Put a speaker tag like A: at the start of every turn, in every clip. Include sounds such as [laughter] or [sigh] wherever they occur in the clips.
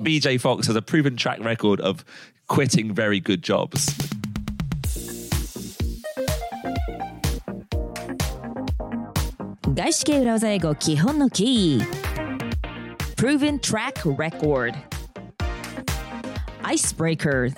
A: BJ Fox has a proven track record of quitting very good jobs.
B: 外資系裏技英語基本のキー Proven Track Record Icebreaker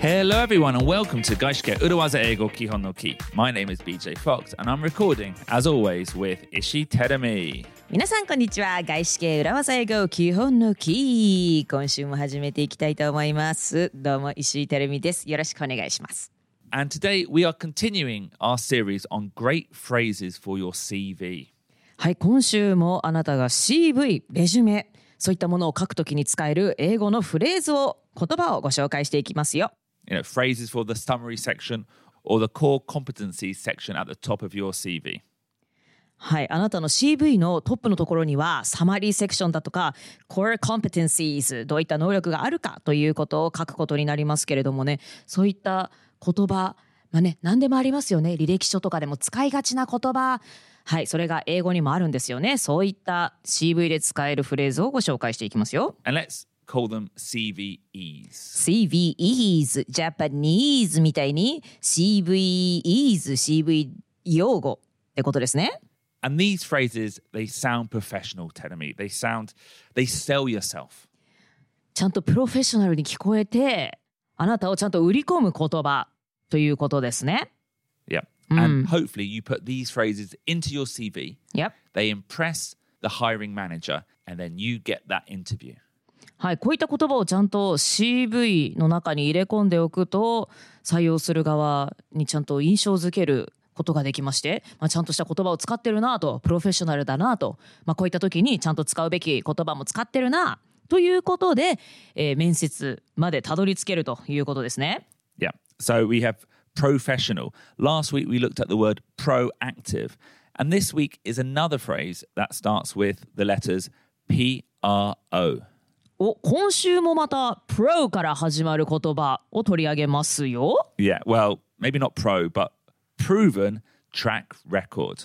A: Hello, everyone, and welcome to Gaishke Urawaza Ego Kihon no Ki. My name is BJ Fox, and I'm recording, as always, with Ishi Teremi.
B: 皆さんこんにちは外資系裏技英語基本のキー今週も始めていきたいと思いますどうも石井てるみですよろしくお願いします
A: And today we are continuing our series on great phrases for your CV.
B: はい今週もあなたが CV レジュメそういったものを書くときに使える英語のフレーズを言葉をご紹介していきますよ
A: You know, phrases for the summary section or the core competencies section at the top of your CV.
B: はい、あなたの CV のトップのところにはサマリーセクションだとか Core Competencies どういった能力があるかということを書くことになりますけれどもねそういった言葉まあね何でもありますよね履歴書とかでも使いがちな言葉はいそれが英語にもあるんですよねそういった CV で使えるフレーズをご紹介していきますよ
A: And let's call them CVEs.
B: CVEs Japanese みたいに CVEs CV 用語ってことですね
A: And these phrases, they sound professional, Teremi. They sound, they sell yourself.
B: ちゃんとプロフェッショナルに聞こえてあなたをちゃんと売り込む言葉ということですね。
A: Yeah. And hopefully you put these phrases into your CV.
B: Yep.
A: They impress the hiring manager, and then you get that interview.
B: はい、こういった言葉をちゃんと CV の中に入れ込んでおくと採用する側にちゃんと印象づけることができまして、まあ、ちゃんとした言葉を使ってるなとプロフェッショナルだなと、まあ、こういった時にちゃんと使うべき言葉も使ってるなということで、えー面接までたどり着けるということですね。
A: Yeah. So we have professional. Last week we looked at the word proactive. And this week is another phrase that starts with the letters P R O.
B: お今週もまた「プロ」から始まる言葉を取り上げますよ。
A: Yeah. Well, maybe not pro, but proven track record.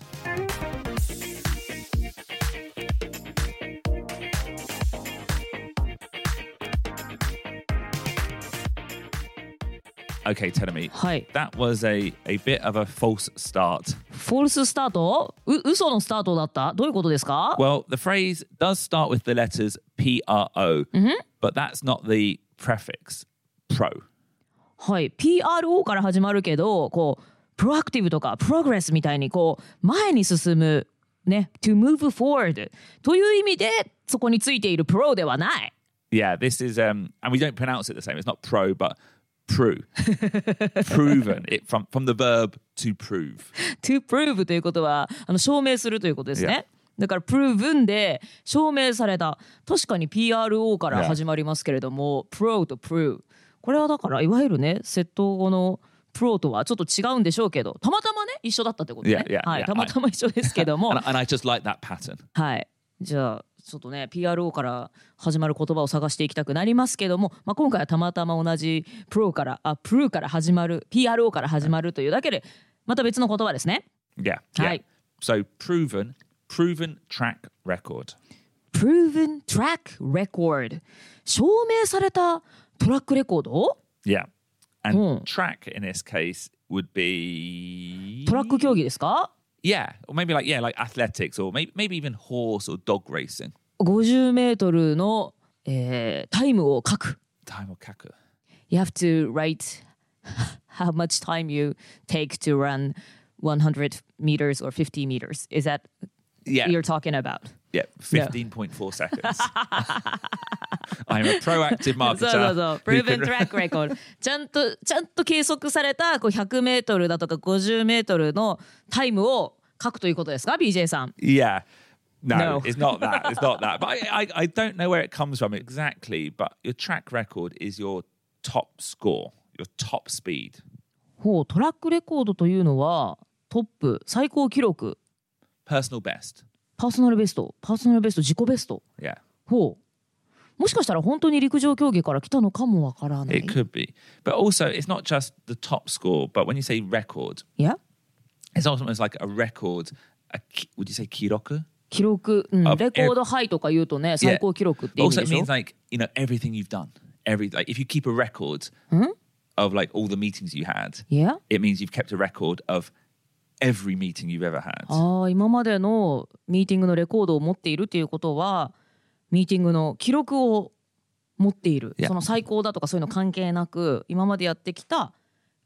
A: Okay, Tenemy.
B: はい。
A: That was a, a bit of a false start.
B: フォルススタートう嘘のスタートだったどういうことですか
A: Well, the phrase does start with the letters P R O, but that's not the prefix pro.
B: はい。PRO から始まるけど、こう、プロアクティブとか、プログレスみたいに、こう、前に進む、ね、to move forward という意味で、そこについているプロではない。
A: Yeah, this is um, and we don't pronounce it the same. It's not pro, but
B: [laughs]
A: prue, proven. It from from the verb to prove.
B: to prove ということは、あの、証明するということですね。だから、proven で証明された。確かに PRO か
A: Yeah.
B: ら始まりますけれども、pro と prove。これはだから、いわゆるね、窃盗語のプロとはちょっと違うんでしょうけど、たまたまね、一緒だったってことね。
A: Yeah, yeah,
B: はい、
A: yeah.
B: たまたま一緒ですけども
A: And, and I just like that pattern.
B: [laughs] はい。じゃあ、ちょっとね、PRO から始まる言葉を探していきたくなりますけども、まあ、今回はたまたま同じプロから、あ、プルから始まる、PRO から始まるというだけで、また別の言葉ですね。
A: Yeah, yeah.
B: Right.
A: So proven, proven track record.
B: Proven Track Record。証明されたトラックレコード
A: Yeah, and
B: Hmm.
A: track in this case would be
B: トラック競技ですか
A: Yeah, or maybe like yeah, like athletics, or maybe maybe even horse or dog racing.
B: 50メートルの、えータイムを書く。
A: Time or kaka.
B: You have to write [laughs] how much time you take to run 100 meters or 50 meters. Is that
A: Yeah,
B: you're talking about?
A: yeah, fifteen point four
B: [laughs]
A: seconds. I'm a proactive
B: そう
A: marketer.
B: そ
A: [laughs]
B: うそ
A: who
B: う。proven
A: can-
B: track
A: [laughs]
B: record。ちゃんと、ちゃんと計測されたこう100メートルだとか50メートルのタイムを書くということですか ?BJ さん。
A: Yeah. No,
B: No.
A: it's not that. It's not that. But I, I, I don't know where it comes from exactly. But your track record is your top score, your top speed.
B: ほう、トラックレコードというのはトップ、最高記録、
A: personal best.
B: パーソナルベスト、パーソナルベスト、自己ベスト。
A: Yeah,
B: ほう。もしかしたら本当に陸上競技から来たのかもわからない
A: it。could be. But also, it's not just the top score. But when you say record,
B: いや
A: it's almost like a record. A, ki- would you say kiroku?
B: 記録、うん、
A: Of
B: レコードハイとか言うとね、最高記録って意味
A: also
B: で
A: it
B: しょ
A: means。like you know everything you've done every like if you keep a record of like all the meetings you had
B: Yeah.
A: it means you've kept a record of every meeting you've ever had
B: ああ、今までのミーティングのレコードを持っているっていうことは、ミーティングの記録を持っている。
A: Yeah.
B: その最高だとかそういうの関係なく、今までやってきた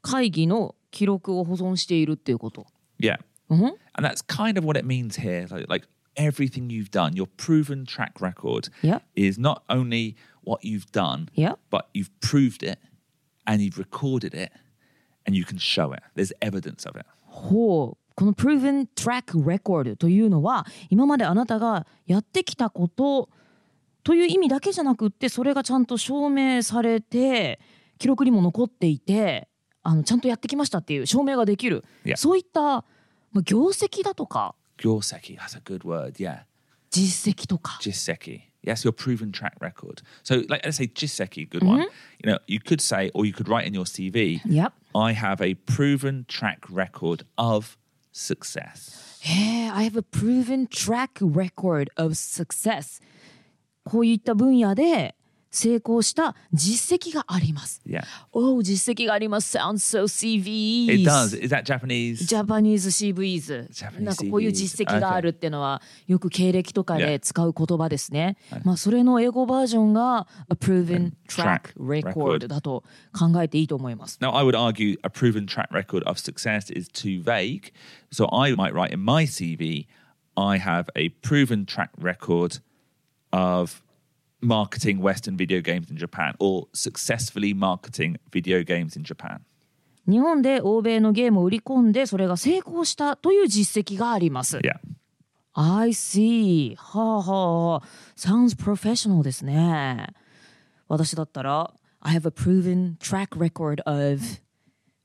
B: 会議の記録を保存しているっていうこと。
A: yeah
B: うん、
A: and that's kind of what it means here like, like everything you've done your proven track record
B: Yeah.
A: is not only what you've done
B: Yeah.
A: but you've proved it and you've recorded it and you can show it there's evidence of it
B: ほう。この Proven Track Record というのは、今まであなたがやってきたことという意味だけじゃなくって、それがちゃんと証明されて、記録にも残っていて、あのちゃんとやってきましたっていう証明ができる。
A: Yeah.
B: そういったまあ業績だとか、
A: Gyorseki, that's a good word yeah
B: 実績とか。
A: Jiseki. Yes, your proven track record. So, like, let's say Jiseki, good one. You know, you could say, or you could write in your CV,
B: Mm-hmm. Yep.
A: I have a proven track record of success.
B: へえ、I have a proven track record of success. こういった分野で成功した実績があります。
A: Yeah,
B: Oh, 実績があります。Sounds so CVs.
A: it does. Is that Japanese?
B: ジャパニーズ CVs。
A: Japanese
B: なんかこういう実績があるっていうのは、よく経歴とかで
A: Yeah.
B: 使う言葉ですね。まあ、それの英語バージョンが、A proven track
A: Track
B: record
A: record
B: だと考えていいと思います。
A: Now, I would argue a proven track record of success is too vague. So, I might write in my CV, I have a proven track record of marketing Western video games in Japan or successfully marketing video games in Japan.
B: 日本で欧米のゲームを売り込んで、それが成功したという実績があります。
A: Yeah.
B: I see. はあはあはあ。Sounds professional ですね。私だったら、I have a proven track record of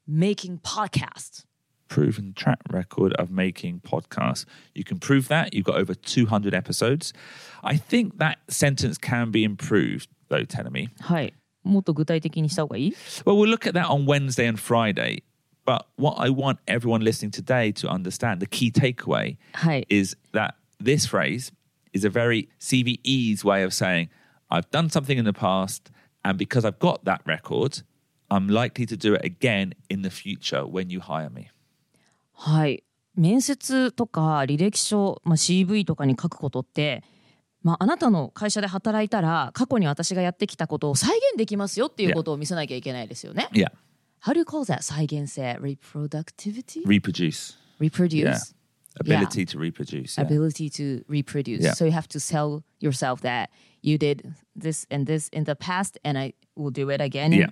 B: making podcast.
A: proven track record of making podcasts. You can prove that. You've got over 200 episodes. I think that sentence can be improved, though, Tenemy.
B: はい。もっと具体的にした方がいい
A: Well, we'll look at that on Wednesday and Friday. But what I want everyone listening today to understand, the key takeaway
B: はい。
A: is that this phrase is a very CVE's way of saying, I've done something in the past, and because I've got that record, I'm likely to do it again in the future when you hire me.
B: はい。面接とか履歴書、まあ、CV とかに書くことって、まあ、あなたの会社で働いたら過去に私がやってきたことを再現できますよっていうことを見せなきゃいけないですよね。
A: Yeah.
B: How do you call that? 再現性 ?reproductivity?
A: Reproduce.
B: reproduce?
A: Yeah. Ability to reproduce. yeah.
B: ability to reproduce.
A: Yeah.
B: So you have to sell yourself that you did this and this in the past, and I will do it again in
A: Yeah.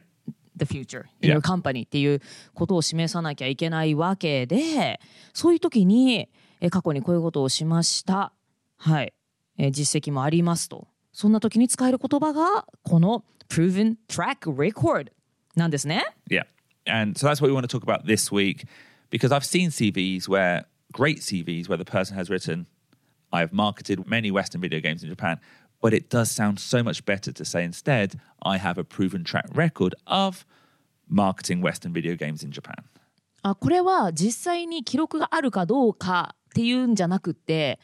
B: the future in
A: Yeah.
B: your company っていうことを示さなきゃいけないわけで、そういう時にえ過去にこういうことをしました。はい、え実績もありますと。そんな時に使える言葉がこの proven track record なんですね。
A: Yeah. And so that's what we want to talk about this week because I've seen CVs where great CVs where the person has written, I have marketed many Western video games in Japan, but it does sound so much better to say instead, I have a proven track record of marketing Western video games in Japan.
B: あこれは実際に記録があるかどうかっていうんじゃなくて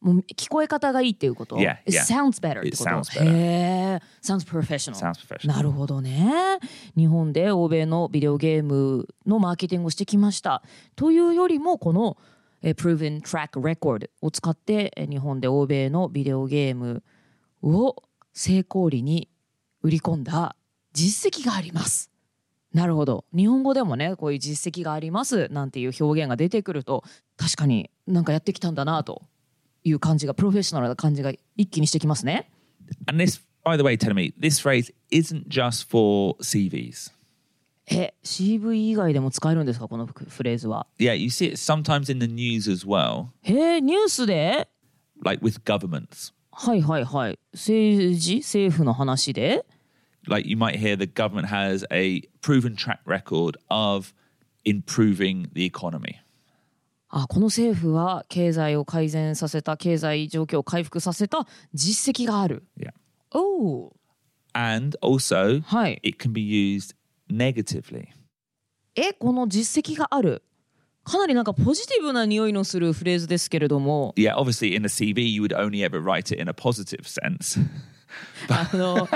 B: もう聞こえ方がいいっていうこと、
A: Yeah,
B: It
A: yeah.
B: sounds better って
A: It
B: こと
A: sounds better.
B: へえ sounds professional
A: Sounds professional.
B: なるほどね日本で欧米のビデオゲームのマーケティングをしてきましたというよりもこのえー Proven Track Record を使ってえー日本で欧米のビデオゲームを成功裏に売り込んだ実績がありますなるほど日本語でもねこういう実績がありますなんていう表現が出てくると確かになんかやってきたんだなという感じがプロフェッショナルな感じが一気にしてきますね
A: And this, by the way, tell me, this phrase isn't just for CVs.
B: え CV 以外でも使えるんですかこのフフレーズは
A: Yeah, you see it sometimes in the news as well,
B: へえニュースで
A: like with governments.
B: はいはいはい政治政府の話で
A: like you might hear the government has a proven track record of improving the economy.
B: あこの政府は経済を改善させた経済状況を回復させた実績がある
A: Yeah.
B: おお
A: And also
B: はい
A: it can be used negatively.
B: えこの実績があるかなりなんかポジティブな匂いのするフレーズですけれども
A: Yeah, obviously, in a CV, you would only ever write it in a positive
B: [laughs]
A: sense.
B: あの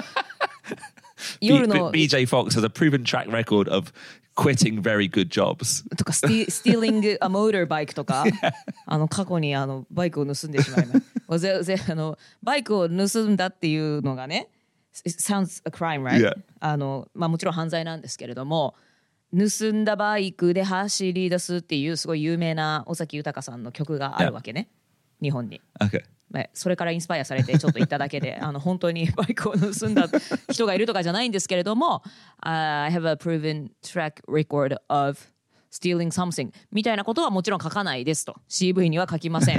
A: B-
B: 夜の
A: BJ Fox has a proven track record of quitting very good jobs.
B: とかスティスティーリングアモーターバイクとかあの過去にあのバイクを盗んでしまいますぜぜあのバイクを盗んだっていうのがね it sounds a crime right、
A: Yeah.
B: あのまあもちろん犯罪なんですけれども盗んだバイクで走り出すっていうすごい有名な尾崎豊さんの曲があるわけね、日本に。
A: Okay.
B: まあそれからインスパイアされてちょっと行っただ
A: [laughs]
B: けであの本当にバイクを盗んだ人がいるとかじゃないんですけれども「あー I have a proven track record of stealing something」みたいなことはもちろん書かないですと CV には書きませ
A: [laughs]
B: ん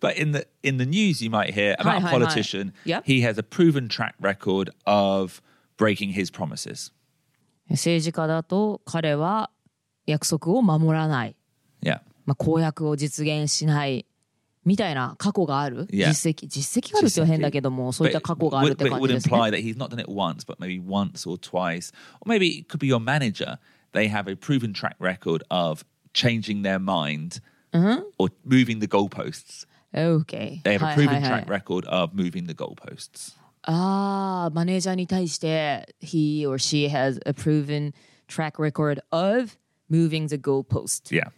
A: But in the in the news, you might hear about
B: Hi,
A: a
B: hi, hi.
A: politician.
B: Yeah.
A: He has a proven track record of breaking his promises.
B: 政治家だと彼は約束を守らない、
A: Yeah.
B: まあ、公約を実現しないみたいな過去がある
A: Yeah.
B: 実績実績があるっていうのは変だけどもそういった過去がある
A: would,
B: って
A: but
B: 感
A: it
B: じ
A: would
B: ですね
A: imply that he's not done it once, but maybe once or twice. Or maybe it could be your manager. They have a proven track record of changing their mind or moving the goalposts.
B: OK
A: They have
B: は
A: a proven
B: いはいは
A: track
B: い
A: record of moving the goalposts.
B: ああ、マネージャーに対して、he or she has a proven track record of moving the goalpost。
A: Yeah.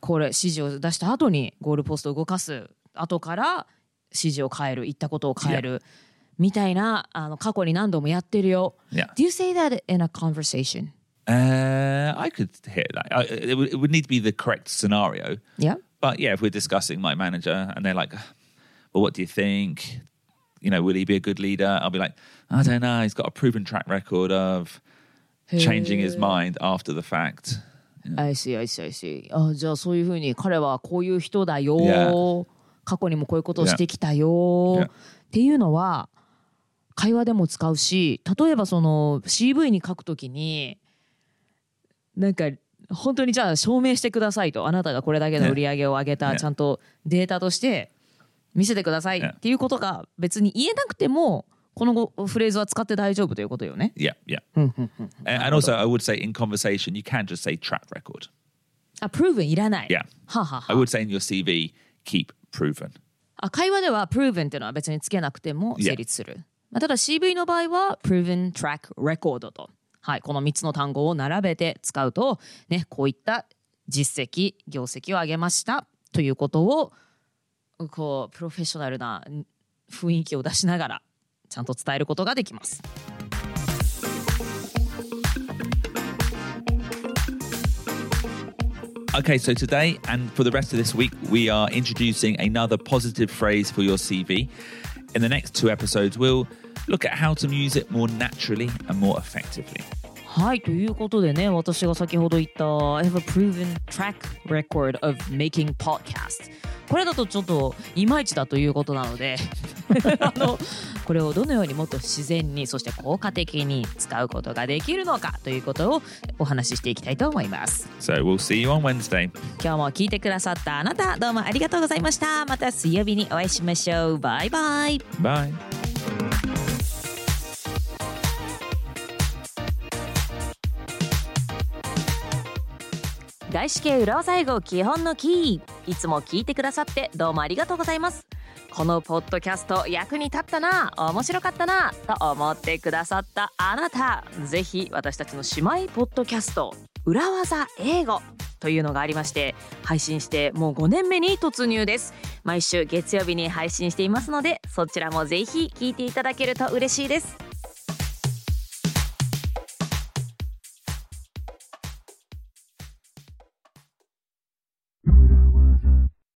B: これ、指示を出した後にゴールポストを動かす後から指示を変える、言ったことを変える。みたいなあの過去に何度もやってるよ。
A: Yeah.
B: Do you say that in a conversation?
A: Uh, I could hear that. I, it, would, it would need to be the correct scenario.
B: Yeah.
A: But yeah, if we're discussing my manager and they're like, well, what do you think? You know, will he be a good leader? I'll be like, I don't know. He's got a proven track record of changing his mind after the fact.
B: I see, I see, I see. あじゃあそういうふうに彼はこういう人だよ。
A: Yeah.
B: 過去にもこういうことをしてきたよ。
A: Yeah.
B: っていうのは会話でも使うし、例えばその CV に書くときになんか本当にじゃあ証明してくださいとあなたがこれだけの売り上げを上げた、
A: Yeah.
B: ちゃんとデータとして見せてください
A: Yeah.
B: っていうことが別に言えなくてもこのフレーズは使って大丈夫ということよね。
A: Yeah, yeah. and, and also, I would say in conversation, you can just say track record.
B: あ、プ r o v e いらない。
A: Yeah.
B: はあはあはあ
A: I would say in your CV, keep proven.
B: あ会話では proven っていうのは別につけなくても
A: Yeah.
B: 成立する。まあ、ただ CV の場合は proven track record と、はい、この3つの単語を並べて使うと、ね、こういった実績、業績を上げましたということをこうプロフェッショナルな雰囲気を出しながらちゃんと伝えることができます。
A: Okay, so today and for the rest of this week, we are introducing another positive phrase for your CV. In the next two episodes, we'll look at how to use it more naturally and more effectively.
B: はい、ということでね、私が先ほど言った、I have a proven track record of making podcast。これだとちょっといまいちだということなので、 [laughs] あのこれをどのようにもっと自然に、そして効果的に使うことができるのかということをお話ししていきたいと思います。
A: So we'll see you on Wednesday.
B: 今日も聞いてくださったあなた、どうもありがとうございました。また水曜日にお会いしましょう。バイバイ。
A: Bye.
B: 外資系裏技英語基本のキーいつも聞いてくださってどうもありがとうございますこのポッドキャスト役に立ったな面白かったなと思ってくださったあなたぜひ私たちの姉妹ポッドキャスト裏技英語というのがありまして配信してもう5年目に突入です毎週月曜日に配信していますのでそちらもぜひ聞いていただけると嬉しいです